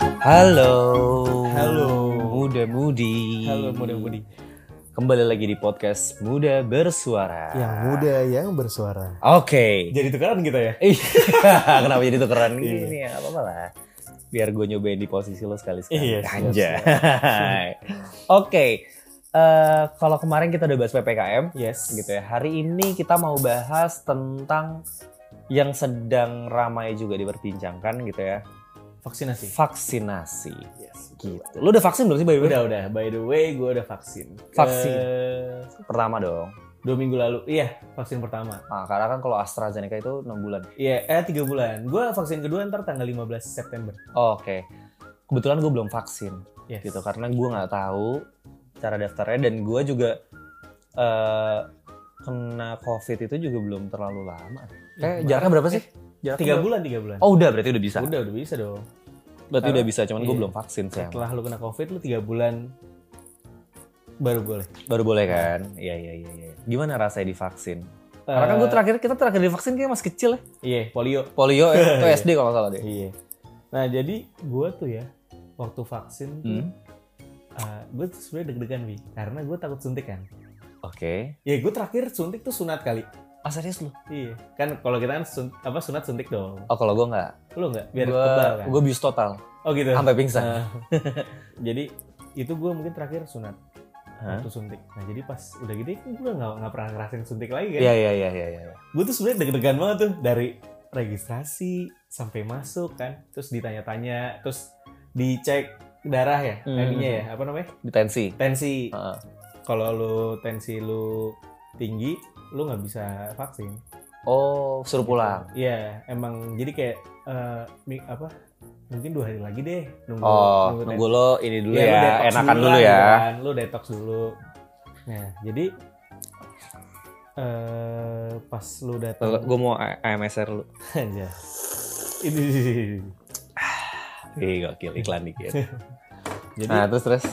Halo. Halo. Muda Mudi. Halo muda-mudi Kembali lagi di podcast Muda Bersuara. Ya, Yang muda yang bersuara. Oke. Jadi tukaran kita ya? Iya, Kenapa jadi tukeran Iya. gini ya? Apa lah. Biar gue nyobain di posisi lo sekali sekali. Iya, siap, Anjay. Oke. Eh, Kalau kemarin kita udah bahas ppkm, Yes. gitu ya. Hari ini kita mau bahas tentang yang sedang ramai juga diperbincangkan gitu ya, Vaksinasi. vaksinasi. Yes. Gitu. Lu udah vaksin belum sih by the way? Udah udah. By the way, gue udah vaksin. Vaksin. Eh, Pertama dong. dua minggu lalu. Iya, vaksin pertama. Nah, karena kan kalau AstraZeneca itu 6 bulan. Iya, eh tiga bulan. Gue vaksin kedua ntar tanggal 15 September. Oh, Oke. Kebetulan gue belum vaksin Yes. gitu karena gue nggak tahu cara daftarnya dan gue juga eh, kena covid itu juga belum terlalu lama. Kayak Iya, kemarin. jaraknya berapa sih? Jaraknya Tiga Eh, berapa? bulan, tiga bulan. Oh udah berarti udah bisa. Udah udah bisa dong. Berarti Karena- udah bisa, cuman gue iya. belum vaksin sayang. Setelah lu kena covid, lu tiga bulan baru boleh. Baru boleh kan? Iya iya iya. iya. Gimana rasanya divaksin? Karena kan gue Eh, terakhir kita terakhir divaksin kayak masih kecil ya. Iya, polio. Polio ya, itu SD kalau nggak salah deh. Iya. Nah jadi gue tuh ya waktu vaksin Hmm. gue Eh, tuh sebenarnya deg-degan wi karena gue takut suntik kan. Oke. Ya gue terakhir suntik tuh sunat kali. Ah serius lu? Iya. Kan kalau kita kan sun- apa sunat suntik dong. Oh kalau gue nggak, Lu nggak biar gue kebal kan. gue bius total oh gitu. sampai pingsan. Nah, jadi itu gue mungkin terakhir sunat Hah? waktu suntik. Nah jadi pas udah gede gue nggak nggak pernah ngerasain suntik lagi kan. Iya iya iya iya. iya. Gue tuh sebenarnya deg-degan banget tuh dari registrasi sampai masuk kan. Terus ditanya-tanya, terus dicek darah ya, Hmm. tadinya ya apa namanya Ditensi. tensi. Heeh. Kalau lu tensi lu tinggi, lu nggak bisa vaksin. Oh suruh pulang. Iya, emang jadi kayak eh, mi- apa? Mungkin dua hari lagi deh nunggu Iya, Oh nunggu lo ini dulu lu ya, detox enakan dulu lah, ya. gitu kan. Lu detox dulu. Nah, jadi eh pas lu datang Gue mau A- AMSR lu. aja. Ini. Ih gokil iklan dikit. Jadi Nah terus terus.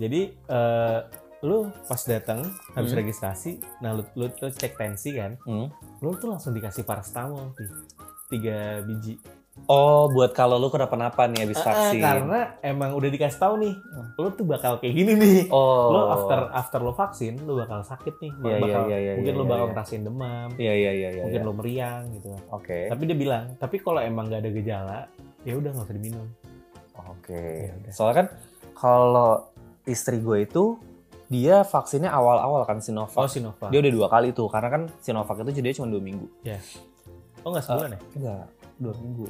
jadi eh, lu pas datang habis Hmm. registrasi, nah lu, lu, lu cek tensi kan, Hmm. lu tuh langsung dikasih paracetamol Pi. tiga biji. Oh buat kalau lu kenapa-napa nih habis Ah, ah, vaksin. karena emang udah dikasih tahu nih, lu tuh bakal kayak gini nih. Oh. lo after after lo vaksin lo bakal sakit nih Iya, iya, bakal, iya, iya, mungkin iya, lo iya, bakal iya. ngerasain demam Iya iya iya iya. mungkin iya. lo meriang gitu Oke. tapi dia bilang tapi kalau emang nggak ada gejala ya udah nggak usah diminum Oke. Ya udah. Soalnya kan kalau istri gue itu dia vaksinnya awal-awal kan Sinovac. oh Sinovac Dia udah dua kali tuh karena kan Sinovac itu jadinya cuma dua minggu. oh nggak sebulan ya Enggak, dua minggu.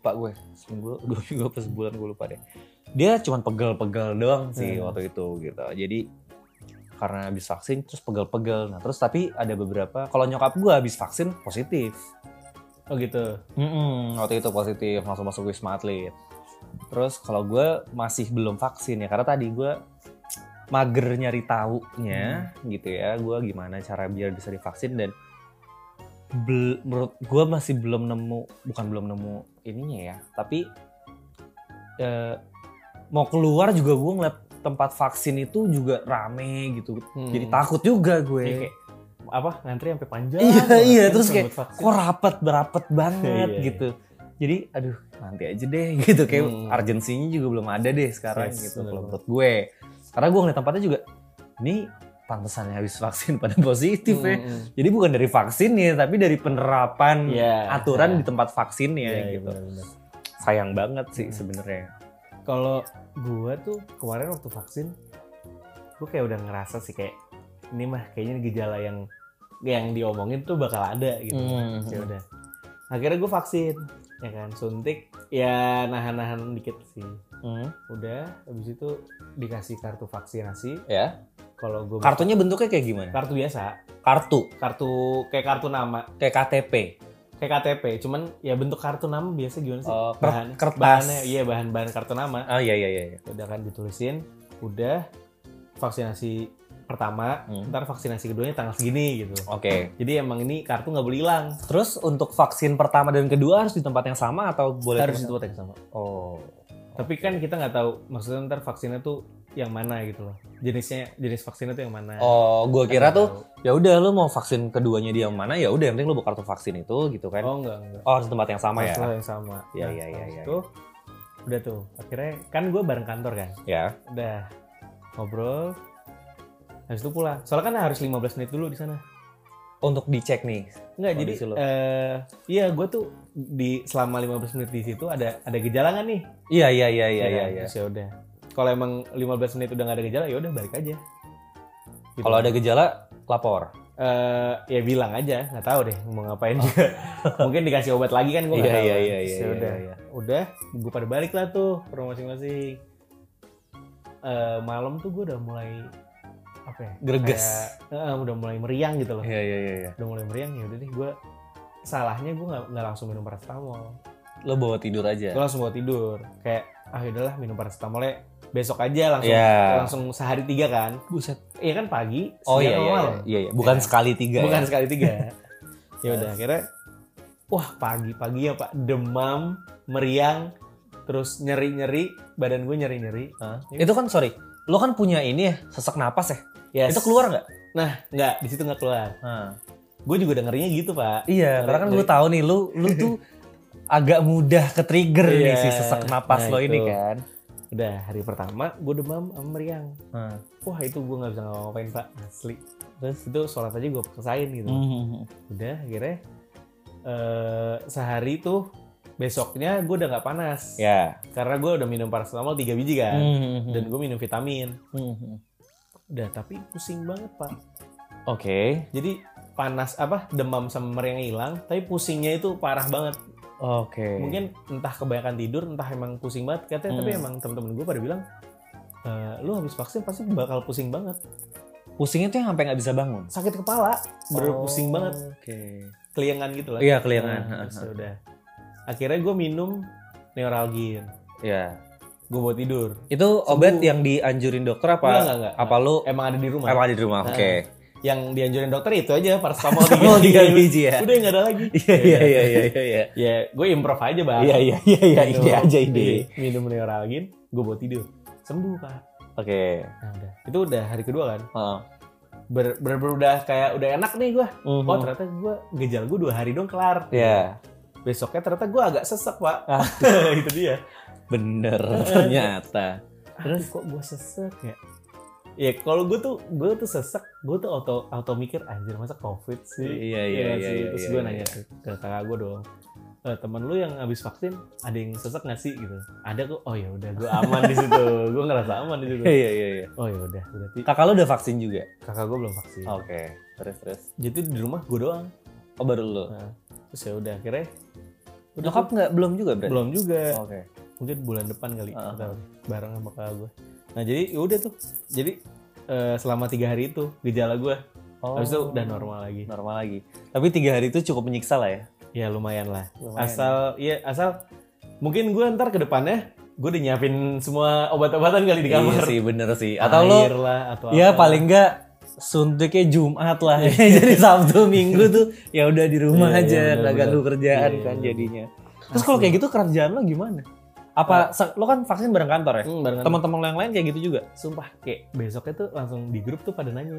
Pak gue seminggu, dua minggu apa sebulan gue lupa deh. Dia cuma pegel-pegel doang sih Hmm. waktu itu gitu. Jadi karena habis vaksin terus pegel-pegel. Nah terus tapi ada beberapa kalau nyokap gue habis vaksin positif. oh gitu Mm-mm, waktu itu positif langsung masuk wisma atlet. Terus kalau gue masih belum vaksin ya karena tadi gue mager nyari taunya Hmm. gitu ya. Gue gimana cara biar bisa divaksin dan bel- menurut gue masih belum nemu bukan belum nemu ininya ya. Tapi eh, mau keluar juga gue ngeliat tempat vaksin itu juga rame gitu. Jadi Hmm. takut juga Iya, gue. kayak, apa ngantri sampai panjang Iya, banget iya, kan terus buat kayak, vaksin. kok rapet berapet banget Iya, iya. gitu jadi aduh nanti aja deh gitu kayak Hmm. urgensinya juga belum ada deh sekarang Yes, gitu bener kalau banget. menurut gue karena gue ngeliat tempatnya juga ini pantesannya habis vaksin pada positif ya Hmm, hmm. jadi bukan dari vaksin ya tapi dari penerapan Iya. aturan Nah. di tempat vaksin ya Iya, iya, gitu benar-benar. sayang banget sih Hmm. sebenarnya kalau gua tuh kemarin waktu vaksin gua kayak udah ngerasa sih kayak ini mah kayaknya gejala yang yang diomongin tuh bakal ada gitu Hmm. ya udah akhirnya gue vaksin ya kan suntik ya nahan-nahan dikit sih Hmm. udah habis itu dikasih kartu vaksinasi ya kalau gue kartunya bentuknya kayak gimana kartu biasa kartu kartu kayak kartu nama kayak KTP kayak KTP cuman ya bentuk kartu nama biasa gimana sih Oh, bahan kertas. nah. bahannya iya bahan-bahan kartu nama oh iya iya iya iya. udah kan ditulisin udah vaksinasi pertama Hmm. ntar vaksinasi keduanya tanggal segini gitu oke jadi emang ini kartu nggak boleh hilang Terus untuk vaksin pertama dan kedua harus di tempat yang sama atau boleh harus di tempat- tempat yang sama Oh. Tapi kan kita nggak tahu maksudnya ntar vaksinnya tuh yang mana gitu loh. Jenisnya jenis vaksinnya tuh yang mana. Oh, gue Kita kira nggak tuh ya udah lu mau vaksin keduanya di yang mana ya udah yang penting lu buka kartu vaksin itu gitu tahu. kan. Oh enggak enggak. Oh, harus di tempat yang sama ya. Masalah yang sama. Iya, Nah, iya, iya, habis iya, itu, udah tuh akhirnya kan gue bareng kantor kan Ya. udah ngobrol habis itu pulang soalnya kan harus 15 menit dulu di sana Untuk dicek nih. Enggak, jadi Kondisi lo. eh, iya gue tuh di selama 15 menit di situ ada ada gejala nggak nih? Iya iya iya iya Ya iya. kan? iya. Terus ya udah. Kalau emang 15 menit udah nggak ada gejala ya udah balik aja. Gitu. Kalau ada gejala lapor. Eh, ya bilang aja, nggak tahu deh mau ngapain juga. Mungkin dikasih obat lagi kan gue nggak tahu. kan. Terus ya udah. Oh. iya. Udah, gue pada balik lah tuh ke rumah masing-masing. Eh, malam tuh gue udah mulai apa ya? Greges. kayak, eh, udah mulai meriang gitu loh. Iya iya iya. iya. udah mulai meriang ya udah deh gue salahnya gue nggak nggak langsung minum paracetamol Lo bawa tidur aja. gue langsung mau tidur kayak ah udahlah minum paracetamolnya besok aja langsung Iya. langsung sehari tiga kan Buset. iya kan pagi Oh siang iya sama iya, iya malam. iya iya. Bukan Iya. sekali tiga. bukan ya? sekali tiga ya udah akhirnya wah pagi pagi ya pak demam meriang terus nyeri nyeri badan gue nyeri nyeri Hah? Itu kan sorry. Lo kan punya ini ya sesak napas ya. Yes. Itu keluar nggak? nggak di situ nggak keluar Hah. gue juga dengerinnya gitu pak Iya. Dari- Karena kan gue dari- tahu nih lu lu tuh agak mudah ke trigger nih Iya. si sesak napas Nah, lo ini itu. kan. udah hari pertama gue demam sama meriang Hah. wah itu gue nggak bisa ngapa-ngapain pak asli terus itu sholat aja gue paksain gitu Hmm. udah akhirnya eh sehari tuh besoknya gue udah nggak panas Ya. karena gue udah minum paracetamol 3 biji kan Hmm. dan gue minum vitamin udah tapi pusing banget pak Oke. jadi panas apa demam sama meriang hilang tapi pusingnya itu parah banget Oke. mungkin entah kebanyakan tidur entah emang pusing banget katanya tapi Hmm. emang temen-temen gue pada bilang "Eh, lu habis vaksin pasti bakal pusing banget pusingnya tuh yang sampai nggak bisa bangun. sakit kepala Oh. bener pusing banget Oke. keliangan gitu lah Iya keliatan. Nah, terus ya udah. Akhirnya gue minum neuralgin. Iya. Gue buat tidur. Itu obat Sembuh. yang dianjurin dokter apa? Enggak, enggak, enggak. Apa lu Emang ada di rumah. emang ada di rumah? Nah. Oke. Yang dianjurin dokter itu aja paracetamol Iya. Oh, tiga biji ya. Udah nggak ada lagi. Iya iya iya iya iya, iya. Ya, gue improv aja bang. Iya iya iya iya Minum- ini aja ini. Iya, Minum neuralgin, gue buat tidur. Sembuh pak. Oke. Nah, udah. Itu udah hari kedua kan. Heeh. Ber, ber, ber- udah kayak udah enak nih gue. Oh Mhm. ternyata gue gejala gue dua hari dong kelar. Ya, Besoknya ternyata gue agak sesek pak. Ah. itu dia. bener ternyata. terus kok gue sesek ya ya kalau gue tuh gue tuh sesek gue tuh auto auto mikir anjir masa covid sih Iya iya Iya nggak iya. sih? iya, terus iya, gue iya. nanya ke, ke kakak gue doang "Eh, temen lu yang habis vaksin ada yang sesek nggak sih gitu ada kok oh ya udah gue aman di situ gue ngerasa aman di situ Iya iya iya, iya. oh ya udah berarti Kakak lu udah vaksin juga? kakak gue belum vaksin Oke. Terus terus. jadi di rumah gue doang Oh baru lu. terus ya udah akhirnya udah Nyokap tuh, nggak belum juga berarti? belum juga Oke. mungkin bulan depan kali Ah. atau bareng sama kakak gue nah jadi udah tuh jadi eh, selama tiga hari itu gejala gue Oh. habis itu udah normal lagi Normal lagi. Tapi tiga hari itu cukup menyiksa lah ya. ya lumayan lah Lumayan. asal iya asal mungkin gue ntar ke depannya gue udah nyiapin semua obat-obatan kali di Iya kamar sih bener sih. Atau lo Air lah atau Iya, ya apa. paling nggak suntiknya Jumat lah. Jadi Sabtu Minggu tuh ya udah di rumah Iya, iya, aja nggak benar-benar. ganggu kerjaan Iya, kan iya. Oh. jadinya. Terus kalau kayak gitu kerjaan lo gimana? Apa sa- lo kan vaksin bareng kantor ya? Hmm, barengan Teman-teman lo yang lain kayak gitu juga? sumpah kayak besoknya tuh langsung di grup tuh pada nanya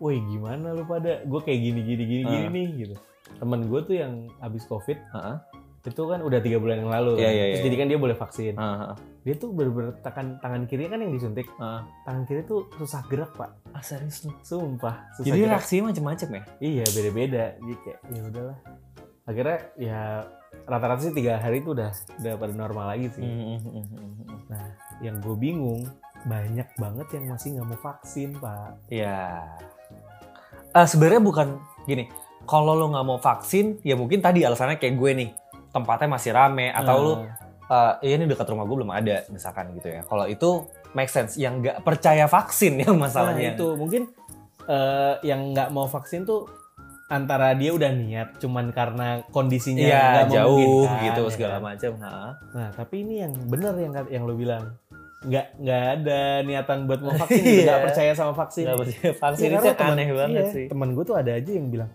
woi gimana lu pada gue kayak gini gini gini gini Ah. nih gitu temen gue tuh yang habis covid Heeh. itu kan udah tiga bulan yang lalu Iya, kan. iya, terus iya. jadi kan dia boleh vaksin Heeh. dia tuh bener-bener tekan tangan kiri kan yang disuntik Ah. tangan kiri tuh susah gerak pak Ah serius lo? sumpah susah Jadi gerak reaksi macem-macem ya? iya beda-beda jadi kayak ya udahlah akhirnya ya rata-rata sih tiga hari itu udah udah pada normal lagi Iya. sih Hmm, yang gue bingung banyak banget yang masih nggak mau vaksin pak Ya. Eh Sebenarnya bukan gini. Kalau lo nggak mau vaksin, ya mungkin tadi alasannya kayak gue nih, tempatnya masih rame atau lo Eh, eh ya ini dekat rumah gue belum ada misalkan gitu ya. Kalau itu make sense. Yang nggak percaya vaksin yang nah, masalahnya. itu mungkin eh, yang nggak mau vaksin tuh antara dia udah niat cuman karena kondisinya Iya nggak jauh memungkinkan, gitu ya segala kan? macam. ha. nah tapi ini yang bener yang kat- yang lo bilang nggak nggak ada niatan buat mau vaksin Iya. nggak percaya sama vaksin Nggak percaya vaksin Iya, itu karena temen- aneh banget iya, sih. Temen gue tuh ada aja yang bilang,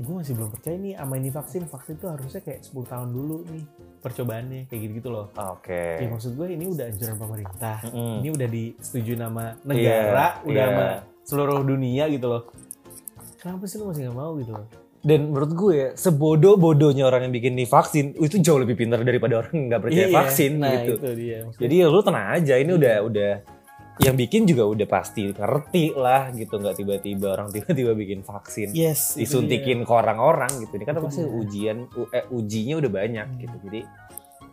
gue masih belum percaya nih sama ini vaksin. Vaksin tuh harusnya kayak 10 tahun dulu nih percobaannya kayak gitu-gitu loh. Oke. Ya maksud gue ini udah anjuran pemerintah. Mm-mm. Ini udah disetujui nama negara, Iya, udah iya. sama seluruh dunia gitu loh. Kenapa sih lu masih nggak mau gitu loh? Dan menurut gue ya, sebodoh-bodohnya orang yang bikin nih vaksin itu jauh lebih pintar daripada orang yang nggak percaya Iya, vaksin nah, gitu. itu Iya. dia. Jadi ya lu tenang aja ini udah udah yang bikin juga udah pasti ngerti lah gitu nggak tiba-tiba orang tiba-tiba bikin vaksin yes, itu disuntikin ke orang-orang gitu ini kan Itu pasti dia. ujian u- eh, ujinya udah banyak Hmm. gitu jadi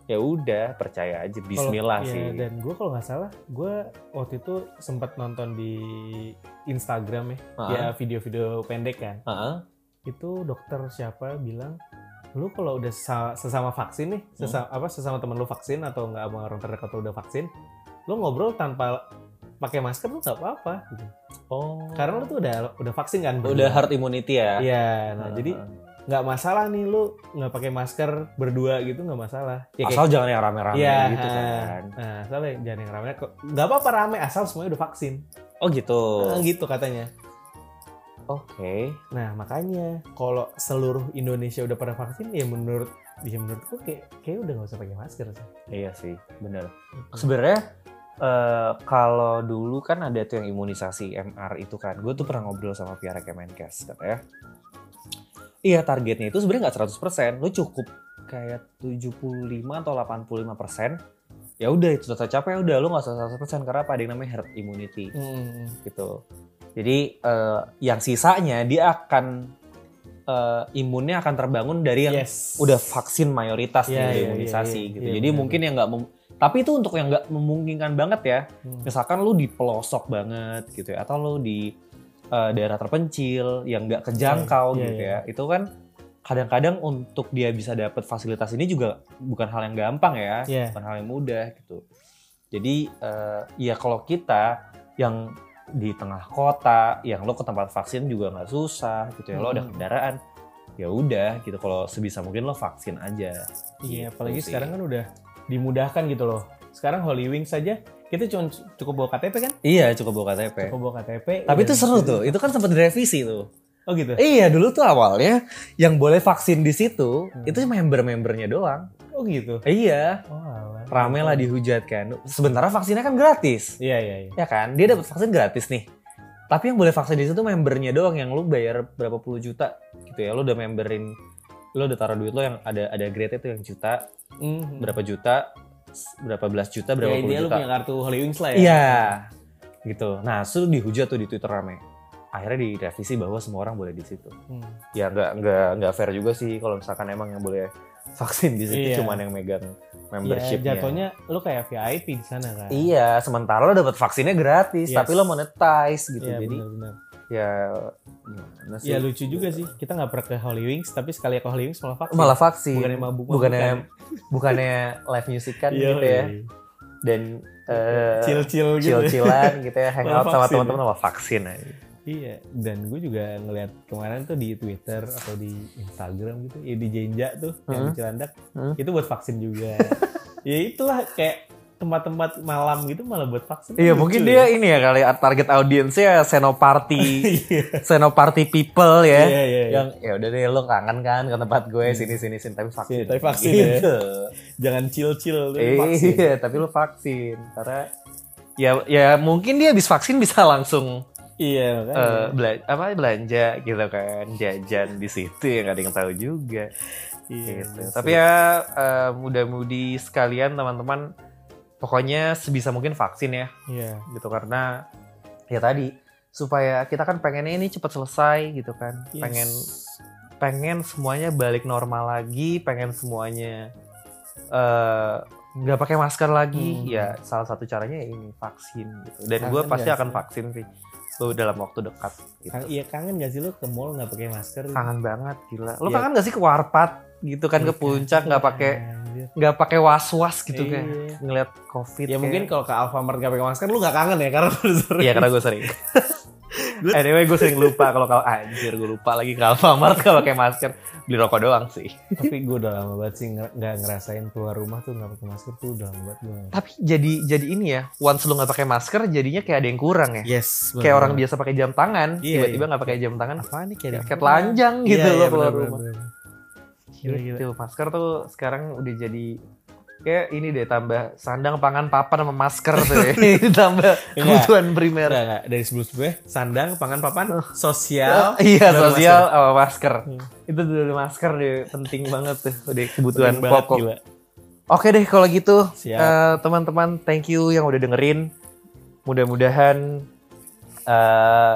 ya udah percaya aja dia. Kalau- Bismillah iya, sih Dan gue kalau nggak salah, gue waktu itu sempat nonton di Instagram ya, Ah. ya video-video pendek kan. Heeh. Itu dokter siapa bilang, lu kalau udah sa- sesama vaksin nih, Hmm? sesa- apa sesama temen lu vaksin atau nggak sama orang terdekat lu udah vaksin, lu ngobrol tanpa pakai masker tuh nggak apa-apa. gitu. oh Karena lu tuh udah udah vaksin kan. udah berdua. herd immunity ya Iya, nah Heeh. jadi nggak masalah nih lu nggak pakai masker berdua gitu nggak masalah. Ya, kayak- asal jangan yang rame-rame Iya, gitu kan Nah, soalnya jangan yang rame kok. Nggak apa-apa rame asal semuanya udah vaksin. oh gitu Nah, oke gitu katanya. Nah, makanya kalau seluruh Indonesia udah pada vaksin ya menurut ya menurutku kayak kayak udah nggak usah pakai masker sih. iya sih bener sebenarnya eh, kalau dulu kan ada tuh yang imunisasi MR itu kan gue tuh pernah ngobrol sama Piara Kemenkes katanya iya targetnya itu sebenarnya nggak 100% lu cukup kayak 75 atau 85% ya udah itu tercapai udah lu nggak usah 100% karena apa ada yang namanya herd immunity Hmm. gitu. Jadi eh, yang sisanya dia akan eh, imunnya akan terbangun dari yang Yes. udah vaksin mayoritas Iya, nih udah iya, imunisasi iya, iya. gitu. Iya, Jadi benar, mungkin yang nggak mem- tapi itu untuk yang nggak memungkinkan banget ya. Hmm. Misalkan lu di pelosok banget gitu ya atau lu di eh, daerah terpencil yang nggak kejangkau Iya, iya, gitu iya. ya. Itu kan kadang-kadang untuk dia bisa dapat fasilitas ini juga bukan hal yang gampang ya Iya. bukan hal yang mudah gitu. Jadi eh, ya kalau kita yang di tengah kota, yang lo ke tempat vaksin juga nggak susah gitu ya. Lo ada Mhm. kendaraan, ya udah gitu. Kalau sebisa mungkin lo vaksin aja. Gitu Iya, apalagi sih. sekarang kan udah dimudahkan gitu loh. Sekarang Holy Wings saja kita cuma cukup bawa KTP kan? Iya cukup bawa KTP. Cukup bawa KTP. Tapi udah itu seru bisa- tuh. Itu kan sempat direvisi tuh. Oh gitu. Iya dulu tuh awalnya yang boleh vaksin di situ Hmm. itu member-membernya doang. Oh gitu. Iya. Oh, alah. Rame lah dihujat kan. Sementara vaksinnya kan gratis. Iya, iya, iya. ya kan dia dapat vaksin gratis nih tapi yang boleh vaksin di situ membernya doang yang lu bayar berapa puluh juta gitu ya lu udah memberin lu udah taruh duit lo yang ada ada grade itu yang juta Mm. berapa juta s- berapa belas juta berapa ya, puluh intinya lu juta punya kartu Holy Wings lah ya. iya gitu nah itu dihujat tuh di twitter rame akhirnya direvisi bahwa semua orang boleh di situ Hmm. ya nggak nggak nggak fair juga sih kalau misalkan emang yang boleh vaksin di situ Iya. cuman yang megang Ya, membershipnya jatuhnya lu kayak VIP di sana kan. Iya, sementara lo dapat vaksinnya gratis, Yes. tapi lo monetize gitu. Iya, Jadi benar-benar. ya gimana sih? Ya lucu juga sih. Kita nggak pernah ke Holy Wings, tapi sekali ke Holy Wings malah vaksin. Malah vaksin. Bukannya mabuk bukannya bukannya live music kan Iya, gitu ya. iya. Dan eh, Chill-chill gitu. chill-chillan gitu ya, hangout sama vaksin. teman-teman sama vaksin aja. Iya. Dan gue juga ngeliat kemarin tuh di Twitter atau di Instagram gitu, ya di Jenja tuh yang di Cilandak, Heeh. itu buat vaksin juga. ya itulah kayak tempat-tempat malam gitu malah buat vaksin. Iya, Lucu mungkin ya. dia ini ya kali target audiensnya senoparty Iya. senoparty people ya. Iya, iya, iya. Yang ya udah deh lo kangen kan ke tempat gue sini sini sini tapi vaksin. Sini, tapi vaksin ya. Jangan chill-chill tapi vaksin. Iya, tapi lu vaksin karena ya ya mungkin dia habis vaksin bisa langsung Iya, eh, makanya. bela- apa belanja gitu kan, jajan di situ ya nggak ada yang tahu juga. Iya, gitu. bener. Tapi ya eh, mudah-mudi sekalian teman-teman pokoknya sebisa mungkin vaksin ya Iya. gitu karena ya tadi supaya kita kan pengennya ini cepat selesai gitu kan. Yes. Pengen pengen semuanya balik normal lagi, pengen semuanya eh, nggak pakai masker lagi, Hmm. ya salah satu caranya ya ini vaksin gitu. Dan Kangen gue pasti nggak akan ya, sih? vaksin sih, lo dalam waktu dekat. Gitu. Kang- iya kangen gak sih lu ke mall nggak pakai masker? Kangen banget gila. Lo Iya. kangen nggak sih ke warpat gitu kan ke puncak nggak pakai Anjir. nggak pakai was was gitu Iya. kan ngeliat covid. Ya kayak- mungkin kalau ke Alfamart gak pakai masker lu gak kangen ya karena lu sering. Iya karena gue sering. anyway gue sering lupa kalau kalau anjir gue lupa lagi ke Alfamart gak pakai masker beli rokok doang sih. Tapi gue udah lama banget sih nger- nggak ngerasain keluar rumah tuh nggak pakai masker tuh udah lama banget gue. tapi jadi jadi ini ya once lu nggak pakai masker jadinya kayak ada yang kurang ya Yes. kayak orang biasa pakai jam tangan Iya, tiba-tiba nggak pakai jam tangan Apa nih kayak Iya, kayak telanjang gitu loh keluar rumah Gila, gila. Gitu, masker tuh sekarang udah jadi Kayak ini deh tambah sandang, pangan, papan sama masker tuh ya. Ini tambah Iya. kebutuhan primer. Enggak, enggak. Dari sebelum sebelumnya sandang, pangan, papan, Oh. sosial. iya, baru sosial sama masker. Itu dari masker deh penting banget tuh deh kebutuhan Penting banget, pokok. gila. Oke deh kalau gitu Siap. eh, teman-teman thank you yang udah dengerin. Mudah-mudahan eh,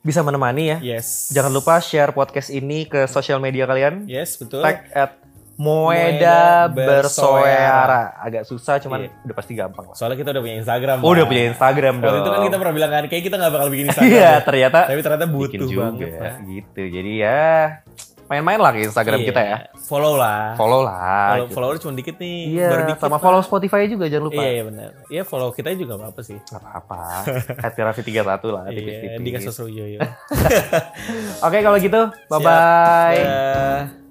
bisa menemani ya. Yes. Jangan lupa share podcast ini ke sosial media kalian. Yes, betul. Tag at Moeda Moeda Bersoyara. Agak susah cuman Iya. udah pasti gampang lah. Soalnya kita udah punya Instagram. Oh, udah Bang. punya Instagram dong. Waktu itu kan kita pernah bilang kan, kayak kita nggak bakal bikin Instagram. Iya, ya. ternyata Tapi ternyata butuh bikin juga banget. Pak. gitu. Jadi ya main-main lah ke Instagram Iya. kita ya. Follow lah. Follow lah. Follow, gitu. follower cuma dikit nih. Iya, baru dikit sama lah. follow Spotify juga jangan lupa. Iya, iya benar. Iya, follow kita juga nggak apa-apa sih. Gak apa-apa. Hati Raffi 31 lah, Iya, tipis-tipis. dikasih suruh yoyo. Oke, kalau gitu, bye-bye. Dah.